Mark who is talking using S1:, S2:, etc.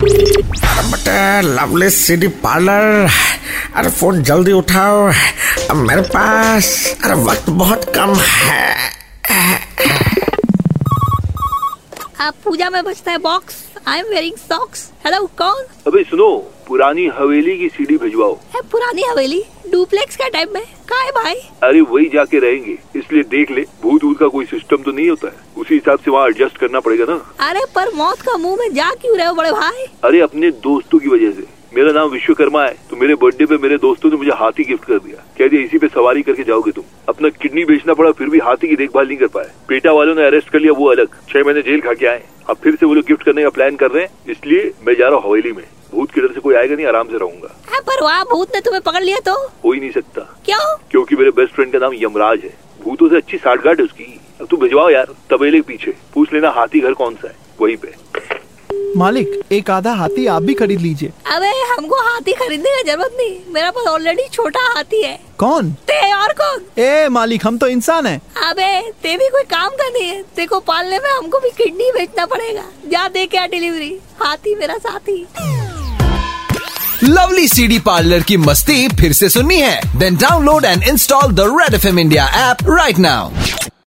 S1: अरे बटे lovely city parlour अरे फोन जल्दी उठाओ अब मेरे पास अरे वक्त बहुत कम है
S2: आप पूजा में बचता है box I am wearing socks hello कौन
S3: अबे सुनो पुरानी हवेली की सीडी भिजवाओ
S2: है पुरानी हवेली डुप्लेक्स का टाइप में का है भाई
S3: अरे वही जाके रहेंगे इसलिए देख ले भूत भूत का कोई सिस्टम तो नहीं होता है उसी हिसाब से वहाँ एडजस्ट करना पड़ेगा ना
S2: अरे पर मौत का मुंह में जा क्यों रहे हो बड़े भाई
S3: अरे अपने दोस्तों की वजह से मेरा नाम विश्वकर्मा है तो मेरे बर्थडे पे मेरे दोस्तों ने मुझे हाथी गिफ्ट कर दिया कह दिया इसी पे सवारी करके जाओगे तुम अपना किडनी बेचना पड़ा फिर भी हाथी की देखभाल नहीं कर पाए पेटा वालों ने अरेस्ट कर लिया वो अलग छह महीने जेल खा के आए अब फिर से वो लोग गिफ्ट करने का प्लान कर रहे हैं इसलिए मैं जा रहा हूँ हवेली में भूत के डर से कोई आएगा नहीं आराम से रहूंगा
S2: है पर वहाँ भूत ने तुम्हें पकड़ लिया तो
S3: हो ही नहीं सकता
S2: क्यों
S3: क्योंकि मेरे बेस्ट फ्रेंड का नाम यमराज है भूतों से अच्छी साठगांठ है उसकी अब तू भिजवाओ यार तबेले के पीछे पूछ लेना हाथी घर कौन सा है वहीं पे
S4: मालिक एक आधा हाथी आप भी खरीद लीजिए
S2: अबे हमको हाथी खरीदने की जरूरत नहीं मेरे पास ऑलरेडी छोटा हाथी है
S4: कौन
S2: ते और कौन
S4: ए मालिक हम तो इंसान हैं
S2: अबे ते भी कोई काम का नहीं है देखो पालने में हमको भी किडनी बेचना पड़ेगा जा दे क्या डिलीवरी हाथी मेरा साथी
S5: लवली सीडी पार्लर की मस्ती फिर से सुननी है then download and install the Red F India app right now